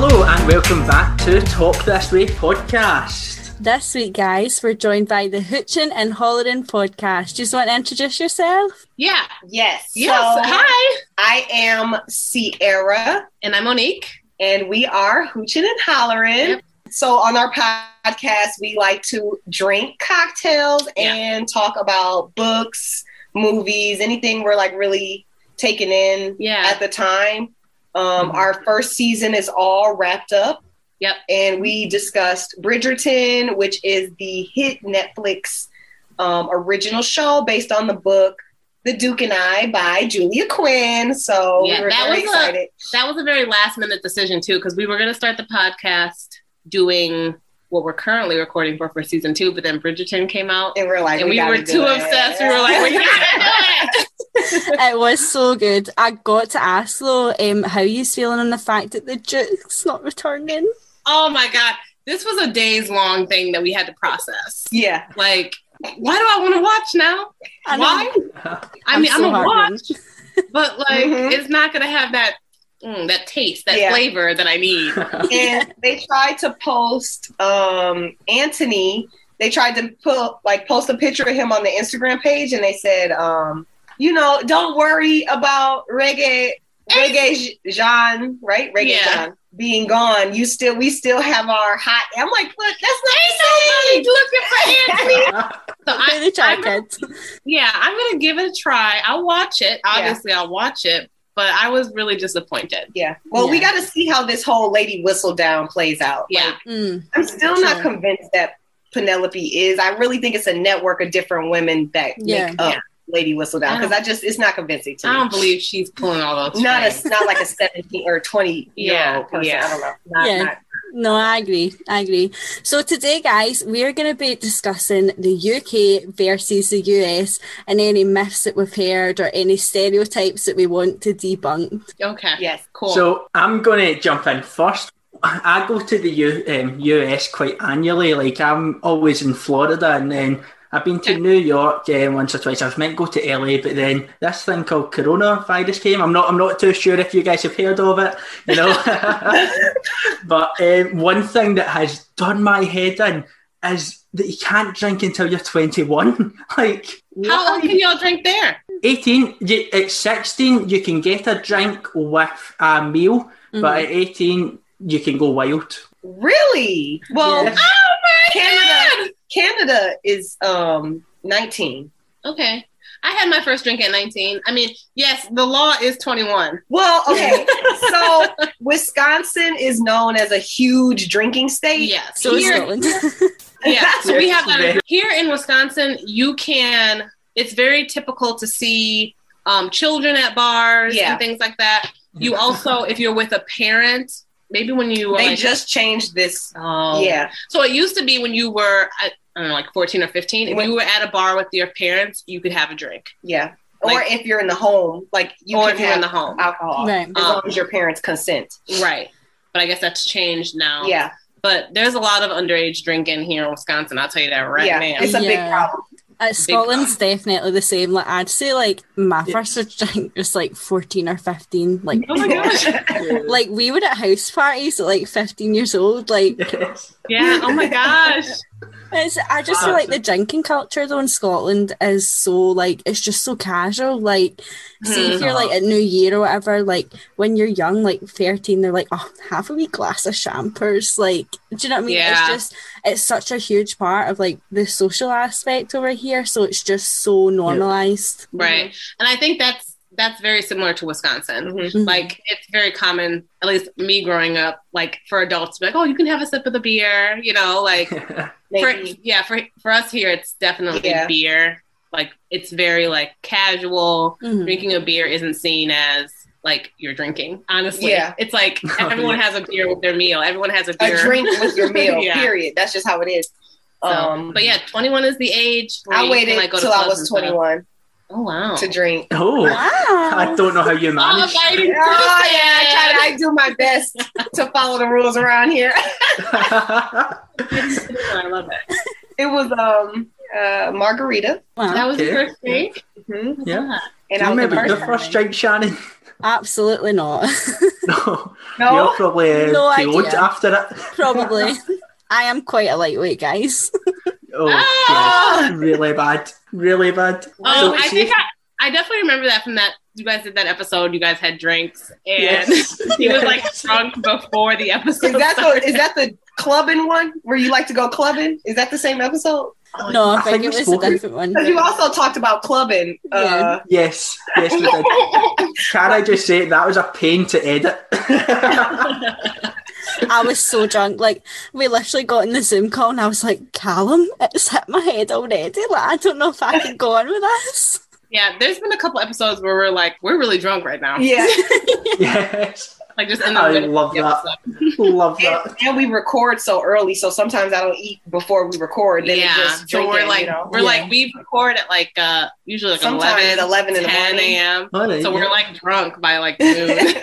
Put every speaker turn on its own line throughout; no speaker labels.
welcome back to Talk This Way podcast.
This week, guys, we're joined by the Hoochin and Hollering podcast. Just want to introduce yourself?
Yeah.
Yes.
Yes.
So
Hi.
I am Sierra,
And I'm Monique.
and we are hooching and hollering.
Yep.
So on our podcast, we like to drink cocktails
Yeah.
and talk about books, movies, anything we're like really taking in
Yeah. Mm-hmm.
at the time. Um, Our first season is all wrapped up.
Yep.
And we discussed Bridgerton, which is the hit Netflix um, original show based on the book The Duke and I by Julia Quinn. So
Yeah,
we were
that was
very
a-
excited.
That was a very last minute decision, too, because we were going to start the podcast doing what we're currently recording for for season two, but then Bridgerton came out.
and we're like,
And we,
gotta
were
do
too
it.
obsessed. We were like, we gotta do it.
it was so good. I got to ask though, um, how you feeling on the fact that the Duke's not returning?
Oh my God. This was a days long thing that we had to process.
yeah,
Like, why do I want to watch now?
I know.
Why? I
I'm
mean, I'm
so
gonna
heartened.
watch, but like,
Mhm.
it's not gonna have that mm, that taste, that
Yeah.
flavor that I need.
and they tried to post um Anthony. They tried to put like post a picture of him on the Instagram page, and they said, um, you know, don't worry about reggae, reggae J- Jean, right? Reggae
Yeah.
Jean being gone. You still, we still have our hot. I'm like, look, that's not the
He's looking
same.
for Anthony. So I,
Really tried,
I'm gonna-
kids.
yeah, I'm gonna give it a try. I'll watch it.
Yeah.
Obviously, I'll watch it. But I was really disappointed.
Yeah. Well, we
Yeah.
got to see how this whole lady whistle down plays out.
Yeah.
Like,
Mm,
I'm still not
True.
convinced that Penelope is. I really think it's a network of different women that
Yeah.
make up Lady Whistledown because
I
I, just it's not convincing to
I
me.
don't believe she's pulling all those.
not
strings.
a not like a 17 or 20 year
Yeah,
old person.
yeah.
I don't know. Not,
Yeah.
not-
no, I agree. I agree. So today, guys, we are going to be discussing the UK versus the US and any myths that we've heard or any stereotypes that we want to debunk.
okay.
yes.
Cool.
So I'm going to jump in first. I go to the U, um, US quite annually. Like I'm always in Florida, and then I've been to New York um, once or twice. I was meant to go to LA, but then this thing called coronavirus came. I'm not. I'm not too sure if you guys have heard of it. You know. but um, one thing that has done my head in is that you can't drink until you're 21. like
How old can y'all drink there?
18 you, at 16 you can get a drink with a meal
Hmm. Mm-hmm.
but at 18 you can go wild
Really? Well,
Yeah.
Canada Canada is um 19.
Okay. I had my first drink at 19. I mean, yes, the law is 21.
Well, okay. so Wisconsin is known as a huge drinking state.
Yes.
So is
Here-
Scotland.
yeah. So we have
Yes,
that here in Wisconsin. You can. It's very typical to see um, children at bars
Yeah.
and things like that. You also, if you're with a parent, maybe when you were
They
like-
just changed this.
oh
Yeah.
So it used to be when you were I, I don't know like 14 or 15. If
When-
you were at a bar with your parents, you could have a drink,
Yeah. or
Like-
if you're in the home, like you
or
can
if you're in
have
the home,
alcohol.
Right.
As long as your parents consent.
right? But I guess that's changed now.
Yeah.
But there's a lot of underage drinking here in Wisconsin. I'll tell you that right
yeah.
now.
It's a big
Yeah.
problem.
Uh, Scotland's definitely the same. Like I'd say, like my
Yeah.
first drink was like fourteen or fifteen. Like,
oh my gosh.
like we were at house parties at like fifteen years old. Like
Yes.
Yeah. Oh my gosh.
it's, I just feel
Wow.
like the drinking culture though in Scotland is so like it's just so casual. Like, see if
Hmm.
you're like at New Year or whatever. Like when you're young, like thirteen, they're like, oh, have a wee glass of champers. Like, do you know what I mean?
Yeah.
It's just it's such a huge part of like the social aspect over here. So it's just so normalized.
right and i think that's that's very similar to wisconsin
Mhm.
like it's very common at least me growing up like for adults to be like oh you can have a sip of the beer you know like for,
Maybe.
yeah for for us here it's definitely
Yeah.
beer like it's very like casual
Mm-hmm.
Mhm.
drinking a beer isn't seen as like you're drinking honestly
Yeah.
it's like
Oh,
everyone
yeah.
has a beer with their meal everyone has a
a
beer
drink with your meal.
Yeah.
Period. That's just how it is.
So,
Um,
but yeah 21 is the age where
I
you can,
waited
like, go to
till I
clubs
was
and stuff.
21
oh wow
to drink.
oh i
Wow.
don't know how you
Oh,
managed
Oh
mighty
yeah, I,
goodness.
try to, I do my best to follow the rules around here.
I love it.
It was um uh margarita.
Wow.
That was the
Okay.
first drink.
Mhm.
yeah
And
Do you
I was
remember
the
your
first.
first drink, Shannon?
Absolutely not.
no. You're
No,
probably uh,
No
too old
idea.
after it.
Probably. I am quite a lightweight, guys.
Oh,
Ah!
God. really bad. Really bad.
Oh,
So
I
she-
think I, I definitely remember that from that. You guys did that episode. You guys had drinks, and
Yes.
he was like
Yes.
drunk before the episode.
is that
started.
the is that the clubbing one where you like to go clubbing? Is that the same episode?
No, Oh, I,
I
think,
think
it
we
was
spoke-
a different one.
Because you also talked about clubbing. Uh,
Yes, yes, we did. Can I just say that was a pain to edit?
I was so drunk. Like, we literally got in the Zoom call and I was like, Callum, it's hit my head already. Like, I don't know if I can go on with this.
yeah, there's been a couple episodes where we're like, we're really drunk right now.
yeah,
yes,
Like just in the
I
middle of
love
the
that.
episode.
love
and,
that.
and we record so early, so sometimes I don't eat before we record. Then
yeah,
it just
so
drinking,
we're like,
you know?
we're
Yeah.
like, we record at like uh usually like
Sometime at
11,
11 in the
10
morning.
a.m.
All right,
So we're
yeah.
like drunk by like noon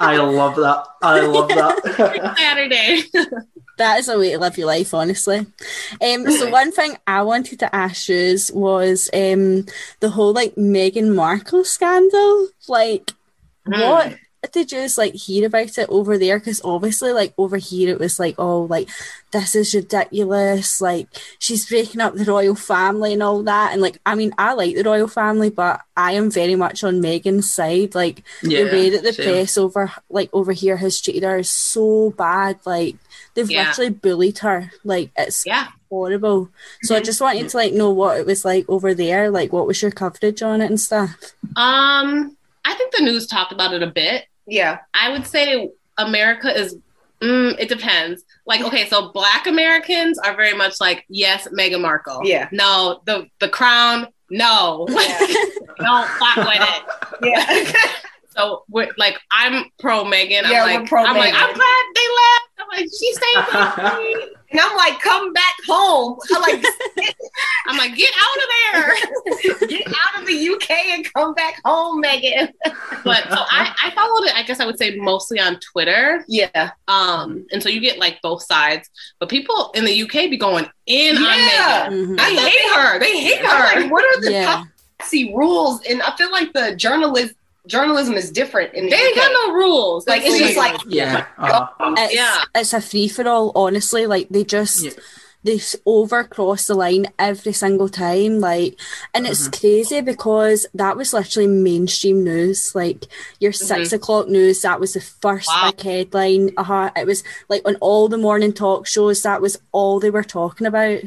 I love that. I love that.
Saturday.
That is a way to live your life, honestly. Um, so one thing I wanted to ask you was um, the whole like Meghan Markle scandal. Like, what did you just like hear about it over there? Because obviously, like over here, it was like, oh, like this is ridiculous. Like she's breaking up the royal family and all that. And like, I mean, I like the royal family, but I am very much on Meghan's side. Like, the way that the
same.
press over like over here has treated her is so bad. Like they've
Yeah.
literally bullied her. Like it's
Yeah. Mm-hmm.
horrible. So I just wanted to like know what it was like over there. Like what was your coverage on it and stuff?
Um, I think the news talked about it a bit.
yeah,
I would say America is. Mm, it depends. Like, okay, so Black Americans are very much like, yes, Meghan Markle.
Yeah.
No, the the Crown. No,
yeah,
don't fuck with it.
yeah.
So we're like, I'm pro Meghan.
Yeah,
I'm
we're
like,
pro
I'm like,
Meghan.
I'm glad they left. I'm like, she stayed. with me.
and I'm like, come back home. I'm like,
I'm like, get out of there.
get out of the UK and come back home, Megan.
But so I, I followed it. I guess I would say mostly on Twitter.
Yeah,
Um, and so you get like both sides. But people in the UK be going in on
Yeah.
Meghan.
Mhm.
They hate her. They hate her.
I'm like, what are the
Yeah.
paparazzi rules? And I feel like the journalist journalism is different. In the
They ain't
UK.
got no rules.
like it's just like
yeah. uh,
It's,
Yeah.
Mm-hmm. it's a free for all, honestly. Like they just
Yeah.
they s- overcross the line every single time. Like, and it's
Mm-hmm.
crazy because that was literally mainstream news. Like your 6 o'clock news, that was the first
Mm-hmm. Wow.
big headline. Uh huh. It was like on all the morning talk shows. That was all they were talking about.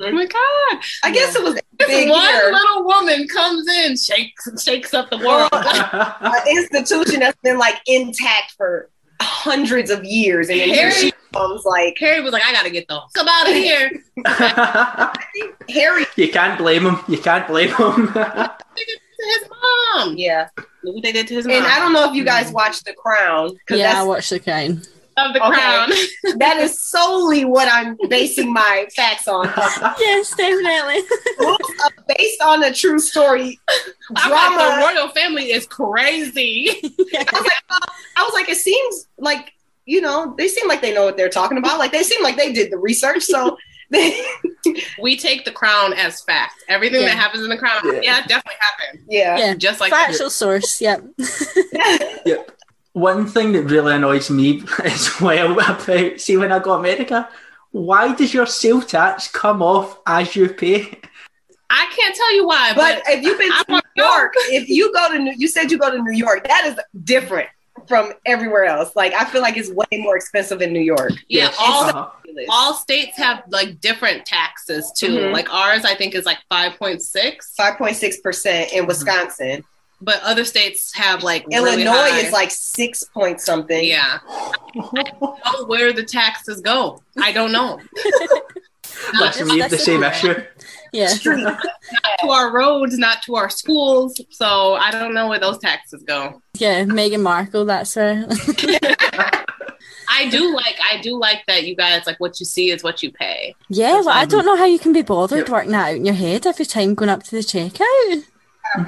oh my god,
I guess it was a
this
big
one
year.
little woman comes in, shakes shakes up the world. Oh.
An institution that's been like intact for hundreds of years, and then here she comes. Like
Carrie was like, "I gotta get the fuck out of here."
Harry,
you can't blame him. You can't blame him.
They did it to his mom.
yeah.
Look what they did to his
And
mom.
I don't know if you guys watched The Crown because
Yeah, I watched the crown.
Of the
Okay.
crown.
that's that is solely what I'm basing my facts on.
yes, definitely.
based on a true story
I'm
drama.
like, the royal family is crazy.
I was like, it seems like you know they seem like they know what they're talking about. Like they seem like they did the research. So they,
we take the crown as fact. Everything
Yeah.
that happens in the crown,
Yeah.
yeah, it definitely happened.
yeah,
Yeah.
Just like
Factual source. Yep.
One thing that really annoys me as well about see when I go to America, why does your sale tax come off as you pay?
I can't tell you why,
But
but,
if you've been
I
to New
don't know.
York, if you go to New, you said you go to New York. That is different from everywhere else. Like I feel like it's way more expensive in New York.
yeah,
Yes.
all
Uh-huh.
all states have like different taxes too.
Mhm.
Like ours, I think is like five point six,
Five point six percent in Wisconsin.
but other states have like Mm-hmm. really
Illinois
high.
is like six point something.
yeah. I don't know where the taxes go. I don't know. not
Like we have the same issue.
Yeah.
Street.
to our roads, not to our schools. So I don't know where those taxes go.
Yeah. Meghan Markle. That's her.
I do like I do like that you guys like what you see is what you pay.
yeah. Well, I don't know how you can be bothered
Yep.
working that out in your head every time going up to the checkout.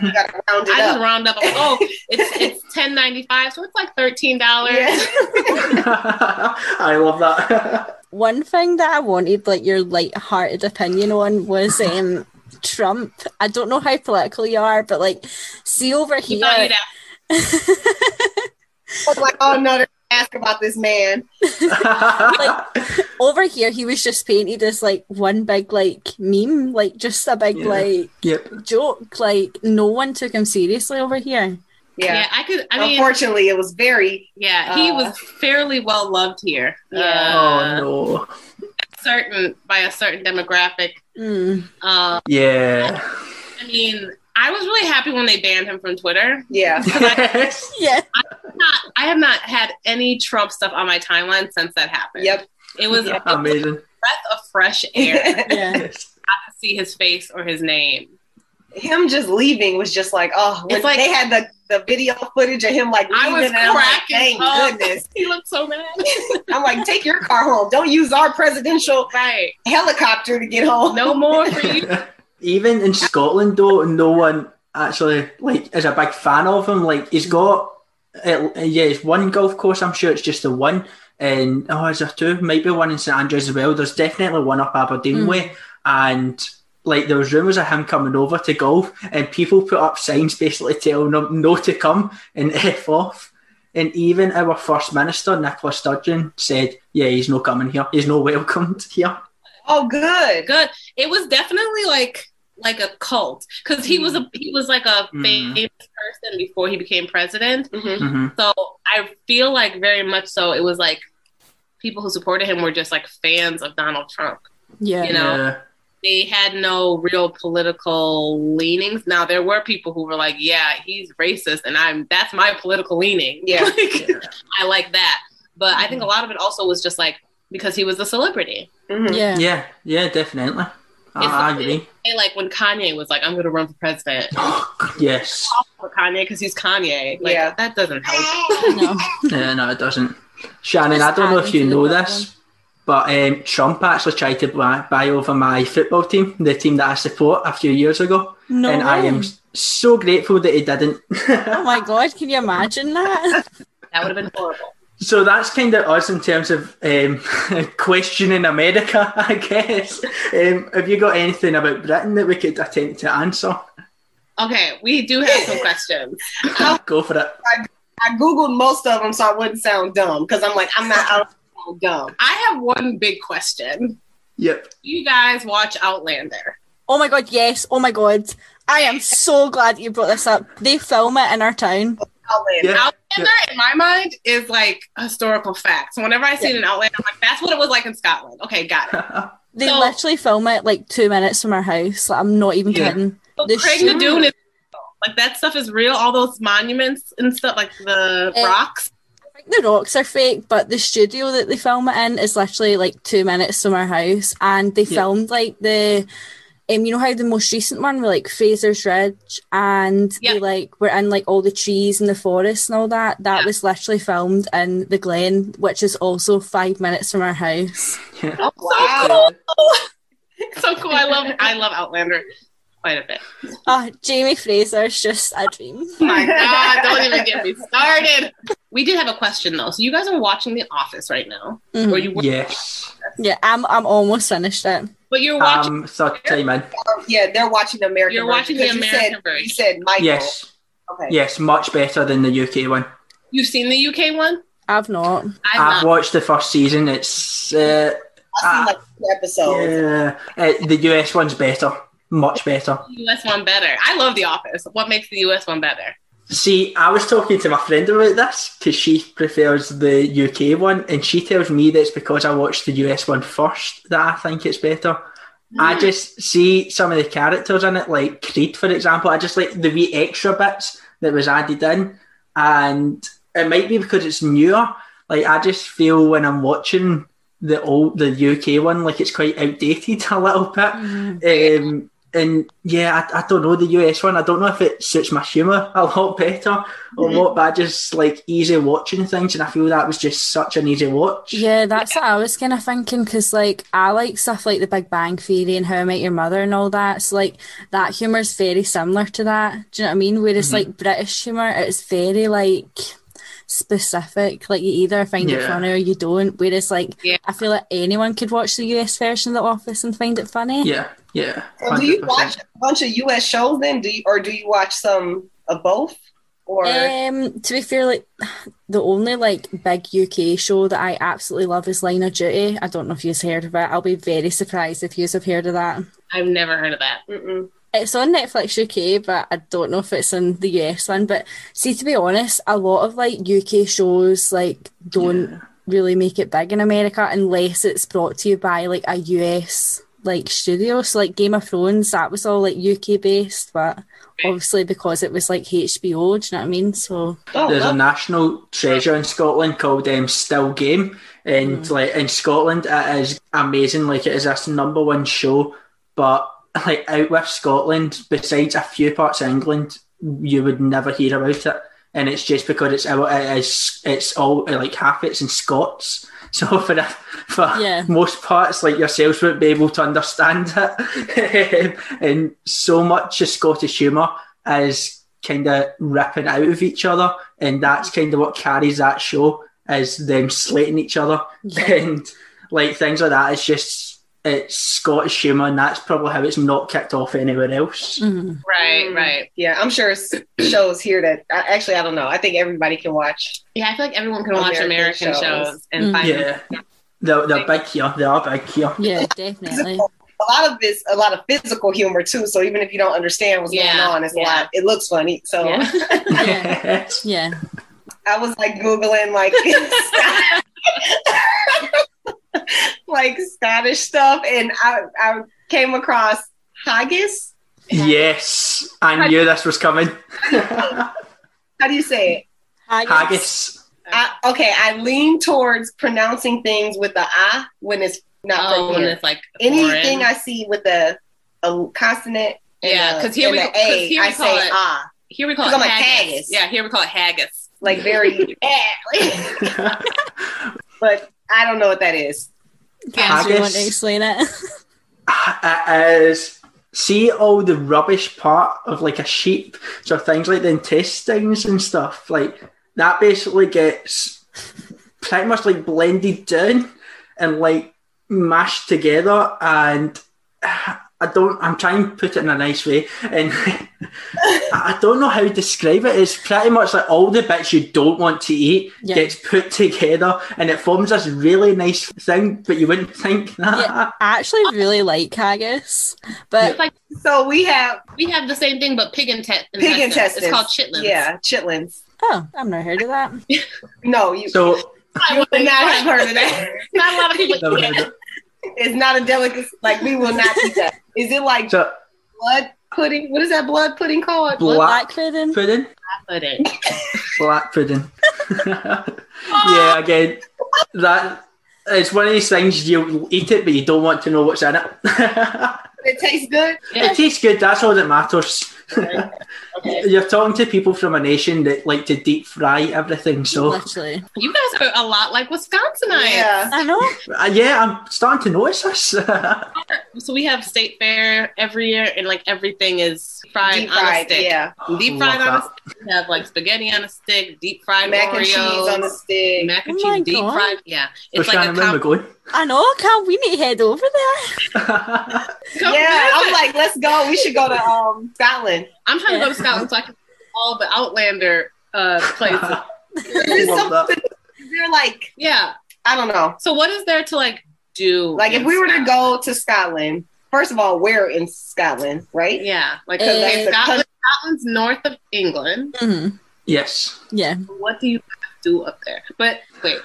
You gotta round it
I just
up.
round up. I'm like, oh, it's it's ten ninety five, so it's like thirteen dollars.
Yeah.
I love that.
one thing that I wanted like your light-hearted opinion on was um Trump. I don't know how political you are, but like, see over
He
here.
thought he'd
I was like, oh no, they're gonna ask about this man.
over here, he was just painted as like one big like meme, like just a big
Yeah.
like
yep.
joke. Like no one took him seriously over here.
Yeah.
Yeah, I could. I mean,
Unfortunately, it was very.
yeah, he
Uh,
was fairly well loved here.
Yeah.
Uh,
oh no.
Certain by a certain demographic.
Mm.
Uh,
Yeah.
I mean, I was really happy when they banned him from Twitter.
Yeah.
Yes.
Yeah,
Not, I have not had any Trump stuff on my timeline since that happened.
Yep.
It was a breath
Amazing.
of fresh air
yeah,
Yes.
to see his face or his name.
him just leaving was just like, oh, when
It's like-
they had the, the video footage of him like leaving,
I was
and I'm like,
cracking
thank
up.
goodness.
He looked so mad.
I'm like, take your car home. Don't use our presidential
right.
helicopter to get home.
No more for you.
Even in Scotland, though, no one actually like is a big fan of him. Like he's got, uh, yeah, it's one golf course. I'm sure it's just the one, and oh, is there two? Maybe one in St Andrews as well. There's definitely one up Aberdeen
Mm.
way, and like there was rumours of him coming over to golf, and people put up signs basically telling him no to come and f off. And even our first minister, Nicola Sturgeon, said, "Yeah, he's no coming here. He's no welcomed here."
Oh, good.
good. It was definitely like like a cult because he was a he was like a
Mm.
famous person before he became president.
Mhm.
hmm
So I feel like very much so it was like people who supported him were just like fans of Donald Trump.
yeah.
You know. They had no real political leanings. Now there were people who were like, "Yeah, he's racist," and I'm that's my political leaning.
Yeah.
Like,
Yeah.
I like that. But I think a lot of it also was just like because he was a celebrity.
Mhm.
Yeah.
Yeah, yeah, definitely. I,
It's
I
like-
agree.
They, like when Kanye was like, "I'm going to run for president,"
yes.
for Kanye because he's Kanye. Like
Yeah.
that doesn't help.
Mm-hmm.
No.
Yeah, no, it doesn't. Shannon, I
Just
don't know if you
adding to the
know
problem.
this, but um, Trump actually tried to buy, buy over my football team, the team that I support, a few years ago.
No
and I am
way.
so grateful that he didn't.
Oh my god, can you imagine that?
That would have been horrible.
so that's kind of us in terms of um, questioning America, I guess. Um, have you got anything about Britain that we could attempt to answer?
Okay, we do have some questions.
Go for it.
I Googled most of them so I wouldn't sound dumb because I'm like, I'm not out sound dumb.
I have one big question.
Yep.
You guys watch Outlander.
Oh my god, yes. Oh my god. I am so glad you brought this up. They film it in our town.
Outlander.
Yeah.
Outlander, in my mind, is like historical facts. Whenever I see an Outlander, I'm like, that's what it was like in Scotland. Okay, got it.
They
So-
literally film it like two minutes from our house. Like, I'm not even
Yeah.
kidding.
So
The
Craig
shoe-
the Dune is like that stuff is real. All those monuments and stuff, like the
Eh.
rocks.
I think the rocks are fake, but the studio that they film it in is literally like two minutes from our house. And they
Yeah.
filmed like the, um, you know how the most recent one were like Fraser's Ridge, and
Yeah.
they like were in like all the trees and the forest and all that. That
Yeah.
was literally filmed in the Glen, which is also five minutes from our house.
Yeah.
Oh, wow.
So cool. I love I love Outlander quite a bit.
Ah, Jamie Fraser's just a dream.
Oh my god, don't even get me started. We did have a question though. So you guys are watching The Office right now,
Mhm.
or you? Were,
Yes.
Yeah, I'm I'm almost finished it.
But you're watching.
Um, third time in.
Oh, Yeah, they're watching the American
You're
version,
watching the
'cause you
American
said,
version.
You said Michael.
Yes,
Okay.
yes, much better than the UK one.
you've seen the UK one?
I've not.
I've
I've not.
watched the first season. It's uh,
I've seen
Ah.
like two episodes.
yeah, uh, the US one's better, much better.
The US one better. I love The Office. What makes the US one better?
See, I was talking to my friend about this because she prefers the UK one, and she tells me that it's because I watched the US one first that I think it's better. I just see some of the characters in it, like Creed, for example. I just like the wee extra bits that was added in, and it might be because it's newer. Like I just feel when I'm watching the old the UK one, like it's quite outdated a little bit.
Mm-hmm.
Um, and yeah, I, I don't know the US one. I don't know if it suits my humour a lot better or
Mhm.
what, but I just like easy watching things, and I feel that was just such an easy watch.
Yeah, that's what I was kind of thinking because, like, I like stuff like The Big Bang Theory and How I Met Your Mother and all that. So, like, that humor is very similar to that. Do you know what I mean? Whereas,
Mhm.
like, British humor, it's very like specific. Like, you either find it
Yeah.
funny or you don't. Whereas, like,
Yeah.
I feel like anyone could watch the US version of The Office and find it funny.
Yeah, Yeah.
So do you
100%.
watch a bunch of U.S. shows then, do you, or do you watch some of both? Or
Eh.
Um, to be fair, like the only like big UK show that I absolutely love is Line of Duty. I don't know if you've heard of it. I'll be very surprised if you've heard of that.
I've never heard of that.
Mm-mm.
It's on Netflix UK, but I don't know if it's in the US one. But see, to be honest, a lot of like UK shows like don't
Yeah.
really make it big in America unless it's brought to you by like a US like studio. So like Game of Thrones, that was all like UK based, but obviously because it was like HBO, do you know what I mean? So
Oh,
There's a
well,
national treasure in Scotland called um, Still Game, and like in Scotland, it is amazing. Like it is this number one show, but like out with Scotland, besides a few parts of England, you would never hear about it, and it's just because it's out. It is. It's all like half it's in Scots. So for the, for
Yeah.
most parts, like yourselves wouldn't be able to understand it, and so much of Scottish humour is kind of ripping out of each other, and that's kind of what carries that show is them slating each other
yeah.
and like things like that. It's just it's Scottish humour, and that's probably how it's not kicked off anywhere else.
Mhm.
Right,
Mm.
right.
yeah, I'm sure it's shows here that I, actually I don't know. I think everybody can watch.
Yeah, I feel like everyone can watch
American
American,
shows.
shows. and
Mm.
find
Yeah, they're, they're big here. They are big here.
Yeah, definitely.
A lot of this, a lot of physical humor too. So even if you don't understand what's
Yeah,
going on, it's a
yeah.
lot. It looks funny. So
Yeah.
Yeah. Yeah.
I was like googling like like Scottish stuff, and I I came across haggis.
yes, I knew this was coming.
How do you say it?
Haggis.
I, okay, I lean towards pronouncing things with the I when it's not
oh,
from
when
here.
it's like
Anything
foreign.
I see with a, a consonant, and
Yeah,
a-
'cause here
and
we-
a
'cause
A,
here we
I
call
say
it-
ah,
here we call it
'Cause I'm like,
haggis.
haggis.
Yeah, here we call it haggis.
like very. eh. but I don't know what that is.
Cam, do you want to
Haggis.
explain it?
it is see all the rubbish part of like a sheep so things like the intestines and stuff like that basically gets pretty much like blended down and like mashed together and i don't i'm trying to put it in a nice way and i don't know how to describe it it's pretty much like all the bits you don't want to eat
Yeah.
gets put together and it forms this really nice thing but you wouldn't think that
Yeah. I actually really like haggis, but
It's like
So we have
we have the same thing, but pig intestine.
pig intestines.
It's called chitlins.
Yeah, chitlins.
oh, I've never heard of that.
No, you,
so
you would not have heard of that.
Not a lot of people.
No,
eat
no,
it.
no.
It's not a delicacy. Like we will not eat that. Is it like
So
blood pudding? What is that blood pudding called?
black
Black pudding.
pudding,
Put it.
black pudding. yeah, again, that it's one of these things you eat it, but you don't want to know what's in it.
It tastes good.
it tastes good. That's all that matters.
Okay.
You're talking to people from a nation that like to deep fry everything. So
Literally.
You guys are a lot like Wisconsinites.
Yeah.
I know.
uh, yeah, I'm starting to notice this.
So we have state fair every year, and like everything is fried,
Deep
on a
fried,
stick.
yeah.
Deep
Love
fried on a
that.
stick. We have like spaghetti on a stick, deep fried
mac
Oreos,
and cheese on the stick.
mac and
Oh my
cheese, deep
God.
fried. Yeah,
We're
it's like
trying
a
to remember
com-
going.
I know, Cam. We need to head over there.
com-
yeah, I'm like, let's go. We should go to um, Scotland.
I'm trying to go to Scotland so I can see all the Outlander uh, places.
There's
Love that.
something- They're like,
yeah.
I don't know.
So what is there to like do?
Like, if
in
we were to
Scotland?
go to Scotland, first of all, we're in Scotland, right?
yeah, like
'Cause
Eh,
that's the
Scotland,
country.
Scotland's north of England.
Mm-hmm.
Mhm.
yes,
Yeah.
What do you do up there? But wait,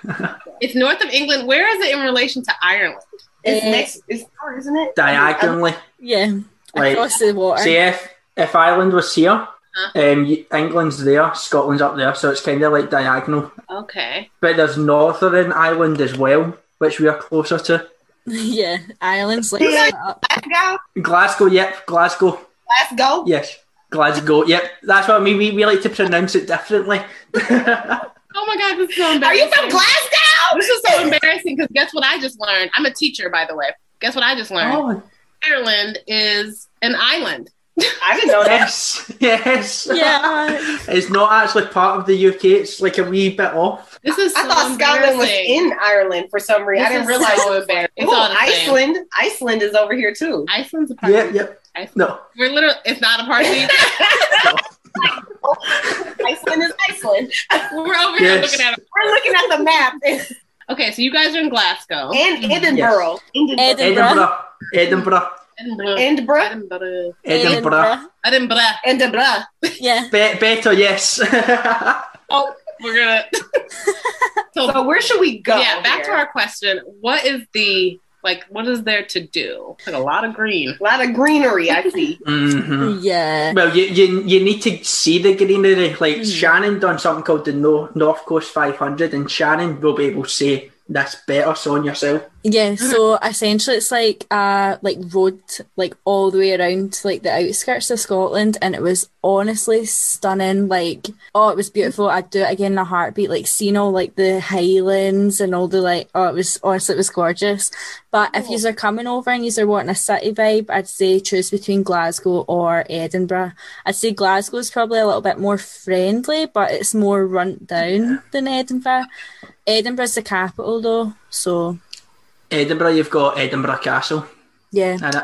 it's north of England. Where is it in relation to Ireland?
It's
Eh,
next, it's, oh, isn't it?
diagonally.
Yeah.
Like,
Across the water.
See if if Ireland was here,
Huh.
um, y- England's there, Scotland's up there, so it's kind of like diagonal.
Okay.
But there's Northern Ireland as well, which we are closer to.
yeah. Ireland's like
Yeah.
split up.
Glasgow?
Glasgow, yep, Glasgow,
Glasgow?
yes, Glasgow, yep. That's what I mean. We, we like to pronounce it differently.
Oh my God, this is so embarrassing.
Are you from Glasgow?
This is so embarrassing because guess what I just
Oh.
learned? I'm a teacher, by the way. Guess what I just learned?
oh,
Ireland is an island.
I didn't know that.
Yes, yes.
Yeah.
It's not actually part of the UK. It's like a wee bit off.
This is so
I thought Scotland was
embarrassing.
in Ireland for some reason. I
This
didn't
is
realize.
so
it was like,
embarrassing. It's
ooh,
all the same.
Iceland. Iceland is over here too.
Iceland's a part
Yeah,
of
yeah.
Iceland.
No.
We're literally, it's not a part of the
Iceland is Iceland.
We're over here
Yes.
looking at it.
We're looking at the map and
Okay, so you guys are in Glasgow.
Edinburgh. Edinburgh.
Edinburgh. Edinburgh.
Edinburgh.
Edinburgh.
Edinburgh.
Edinburgh.
Edinburgh.
Edinburgh.
Yeah.
Be- better, yes.
Oh, we're gonna. so,
So where should we go?
yeah, back to
here?
our question. What is the like? What is there to do? Like a lot of green.
a lot of greenery. I see.
hmm
Yeah.
Well, you, you you need to see the greenery. Like
Mhm.
Shannon done something called the no- North Coast 500, and Shannon will be able to say that's better, so on yourself.
Yeah, so essentially it's like uh like road like all the way around like the outskirts of Scotland and it was honestly stunning like oh it was beautiful I'd do it again in a heartbeat like seeing all like the highlands and all the like oh it was honestly it was gorgeous but if
Cool.
you are coming over and you are wanting a city vibe I'd say choose between Glasgow or Edinburgh I'd say Glasgow's probably a little bit more friendly but it's more run down than Edinburgh Edinburgh's the capital though so
Edinburgh, you've got Edinburgh Castle,
yeah
and it.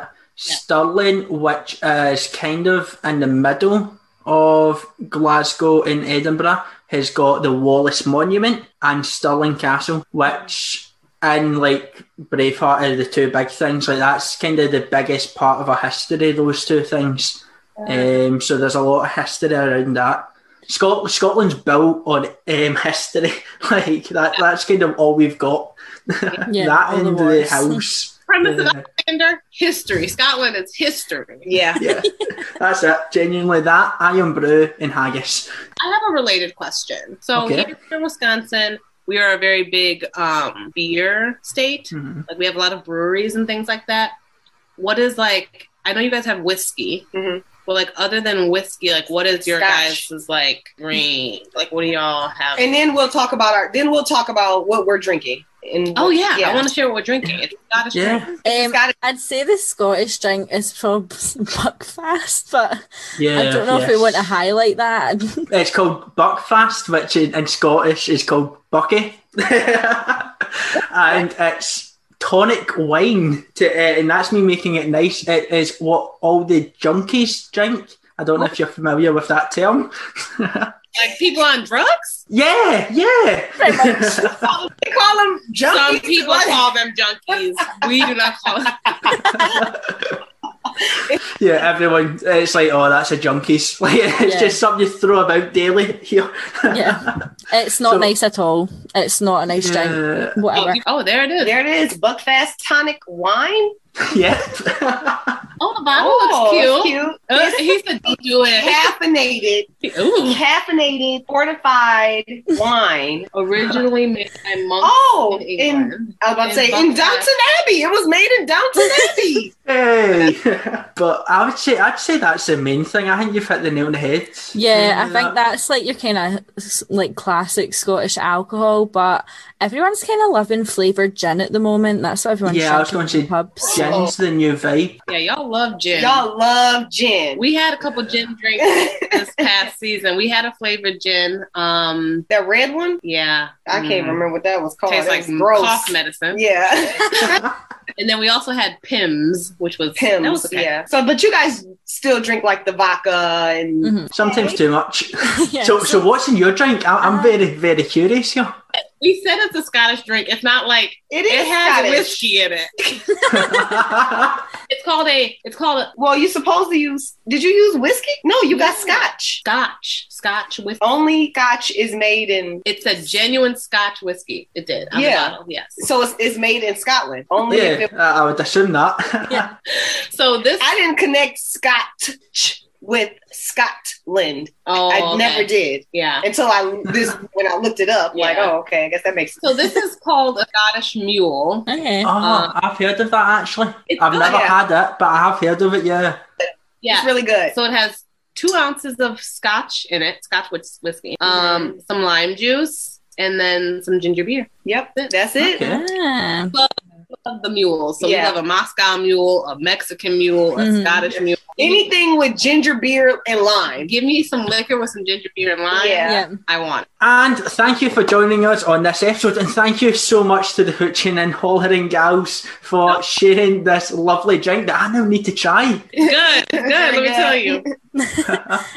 Stirling, which is kind of in the middle of Glasgow and Edinburgh, has got the Wallace Monument and Stirling Castle, which in like Braveheart are the two big things. Like that's kind of the biggest part of our history. Those two things. Um, so there's a lot of history around that. Scot- Scotland's built on um, history, like that. That's kind of all we've got.
Yeah,
that
all the
end
Um,
of the
wars.
house.
Premise of
Yeah,
Islander history. Scotland is history.
Yeah.
yeah. that's it. Genuinely, that iron brew and haggis.
I have a related question. So
Okay.
here in Wisconsin, we are a very big um, beer state.
Mhm.
Like we have a lot of breweries and things like that. What is like? I know you guys have whiskey.
Mhm.
But like, other than whiskey, like, what is your
Scotch.
guys' is like green? Like, what do y'all have?
And then we'll talk about our. Then we'll talk about what we're drinking. And
oh yeah, I
yeah.
want to share what we're drinking. It's Scottish. drink.
Yeah,
Um,
Scottish-
I'd say the Scottish drink is probably Buckfast, but
yeah.
I don't know if we
yes.
want to highlight that.
It's called Buckfast, which in, in Scottish is called Bucky, and it's tonic wine. To uh, and that's me making it nice. It is what all the junkies drink. I don't know if you're familiar with that term.
Like people on drugs.
Yeah, yeah.
Pretty much.
they call them junkies.
Some people
What?
call them junkies. We do not call them.
yeah, everyone. It's like, oh, that's a junkies. Like, it's
Yeah.
just something you throw about daily here.
yeah, it's not
So-
nice at all. It's not a nice drink.
Uh,
Oh,
Whatever.
you- oh, there it is.
There it is, Buckfast tonic wine.
yeah.
Oh, the bottle looks cute. Uh,
It's
he said, "Don't do it."
caffeinated,
Ooh.
caffeinated, fortified wine.
Originally made by monks
Oh,
in
in-
England.
I was about to
In
say in
Buckfast.
Downton Abbey. It was made in Downton Abbey.
Hey, but I would say I'd say that's the main thing. I think you've hit the nail on the head. Um,
Yeah, I think that's like your kind of like classic Scottish alcohol, but everyone's kind of loving flavored gin at the moment. That's what everyone's
Yeah, I was
drinking
gonna
in
say-
pubs.
Gin's the new vibe.
Yeah, y'all love gin.
Y'all love gin.
we had a couple gin drinks this past season. We had a flavored gin. Um,
that red one.
yeah,
I can't
Mm.
remember what that was called.
Tastes
It
like
was gross.
cough medicine.
Yeah,
And then we also had Pims, which was that was
Pims.
okay.
Yeah. So, but you guys still drink like the vodka and
Mm-hmm.
Mhm.
Sometimes too much.
Yeah,
so, so what's in your drink? I, I'm
Uh,
very, very curious here.
We said it's a Scottish drink. It's not like
it is
it has
Scottish.
whiskey in it. It's called a. It's called a
Well, you supposed to use. Did you use whiskey? No, you got Scotch.
Scotch. Scotch whiskey.
Only Scotch is made in.
It's a genuine Scotch whiskey. It did. On
Yeah.
The bottle, yes.
So it's, it's made in Scotland. Only if
yeah,
it,
I, I would assume that.
Yeah.
So this.
I didn't connect Scotch with Scotland.
oh,
I
okay.
never did
Yeah.
until I this when I looked it up. Like,
Yeah.
oh, okay, I guess that makes sense.
So this is called a Scottish mule.
Okay.
Oh,
Uh,
I've heard of that actually.
It's
oh,
I've
good.
never
yeah.
had it, but I have heard of it. Yeah.
Yeah.
It's really good.
So it has two ounces of scotch in it, scotch whis- whiskey,
Mm-hmm.
um, some lime juice, and then some ginger beer.
yep, that's it.
Okay.
Ah.
Love the mule. So
Yeah. Mm-hmm.
we have a Moscow mule, a Mexican mule, a
Mhm.
Scottish mule.
Anything with ginger beer and lime.
Give me some liquor with some ginger beer and lime.
Yeah.
Yeah.
I want. it.
And thank you for joining us on this episode, and thank you so much to the Hooching and Hollering gals for sharing this lovely drink that I now need to try.
Good, good. Let me tell you.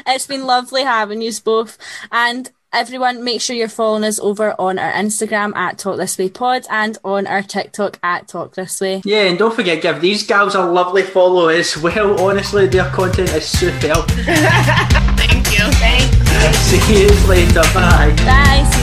It's been lovely having you both. And everyone, make sure you're following us over on our Instagram at Talk This Way Pod and on our TikTok at Talk This Way.
Yeah, and don't forget, give these gals a lovely follow as well. Honestly, their content is superb.
Thank you.
Thank
See you later. Bye.
Bye.